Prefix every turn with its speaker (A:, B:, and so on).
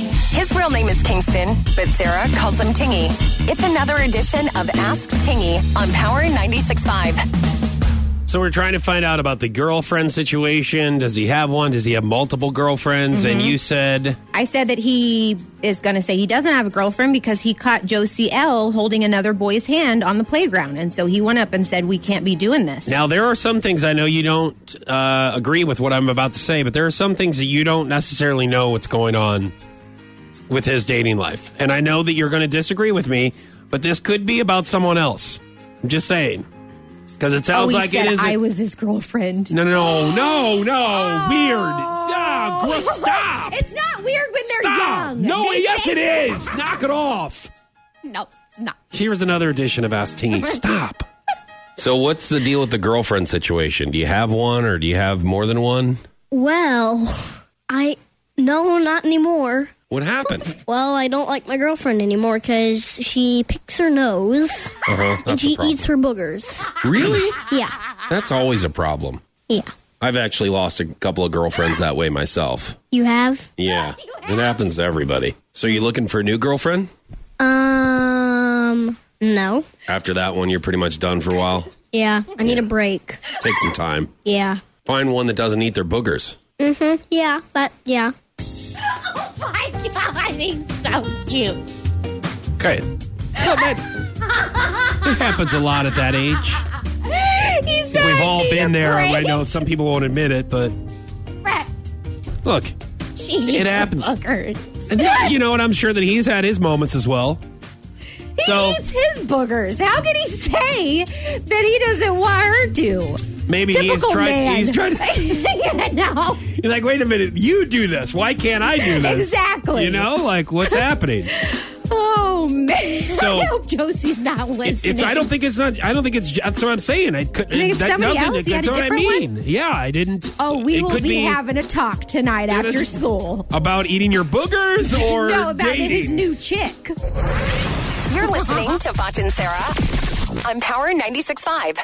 A: His real name is Kingston, but Sarah calls him Tingy. It's another edition of Ask Tingy on Power 96.5.
B: So we're trying to find out about the girlfriend situation. Does he have one? Does he have multiple girlfriends? And
C: Mm-hmm.
B: you said
C: I said that he is going to say he doesn't have a girlfriend because he caught Josie L holding another boy's hand on the playground. And so he went up and said, We can't be doing this.
B: now there are some things I know you don't uh, agree with what I'm about to say, but there are some things that you don't necessarily know what's going on with his dating life. And I know that you're going to disagree with me, but this could be about someone else. I'm just saying because it
C: oh,
B: sounds
C: he
B: like
C: said
B: it is.
C: I was his girlfriend.
B: no, no, no, no, no, weird.
C: Oh.
B: Ah, gross. stop.
C: it's not weird when they're
B: Stop!
C: young.
B: No,
C: They
B: yes,
C: think-
B: it is. Knock it off.
C: No, it's not.
B: Here's another edition of Ask Tingy. Stop. So, what's the deal with the girlfriend situation? Do you have one, or do you have more than one?
D: Well, I no, not anymore.
B: What happened?
D: Well, I don't like my girlfriend anymore because she picks her nose
B: Uh-huh,
D: and
B: that's a
D: she
B: problem.
D: eats her boogers.
B: Really?
D: Yeah,
B: That's always a problem.
D: yeah.
B: I've actually lost a couple of girlfriends that way myself.
D: You have?
B: Yeah, it happens to everybody. So, you looking for a new girlfriend?
D: Um, no.
B: After that one, you're pretty much done for a while.
D: Yeah, I need a break.
B: Take some time.
D: Yeah.
B: Find one that doesn't eat their boogers.
D: Yeah, but yeah.
C: Oh my god, he's so cute.
B: Okay. So, man, it happens a lot at that age.
C: He's so
B: We've all been there. I
C: Right
B: know some people won't admit it, but look,
C: She eats her
B: happens.
C: boogers.
B: you know, and I'm sure that he's had his moments as well.
C: He
B: So-
C: eats his boogers. How can he say that he doesn't want her to?
B: Maybe
C: Typical
B: he's trying.
C: man.
B: He's trying. To,
C: you know?
B: you're like, wait a minute, you do this. Why can't I do this?
C: Exactly.
B: You know, like what's happening?
C: Oh man!
B: So-
C: I hope Josie's not listening.
B: It's. I don't think it's not. I don't think it's. That's what I'm saying. I could.
C: think it's
B: that
C: somebody
B: doesn't-
C: else? You had
B: That's
C: a
B: what I
C: different one?
B: mean. Yeah, I didn't.
C: Oh, we
B: it
C: will be,
B: could be
C: having a talk tonight after
B: that's-
C: school.
B: about eating your boogers or
C: No, about
B: dating.
C: his new chick.
A: You're listening to Foch and Sarah on Power 96.5.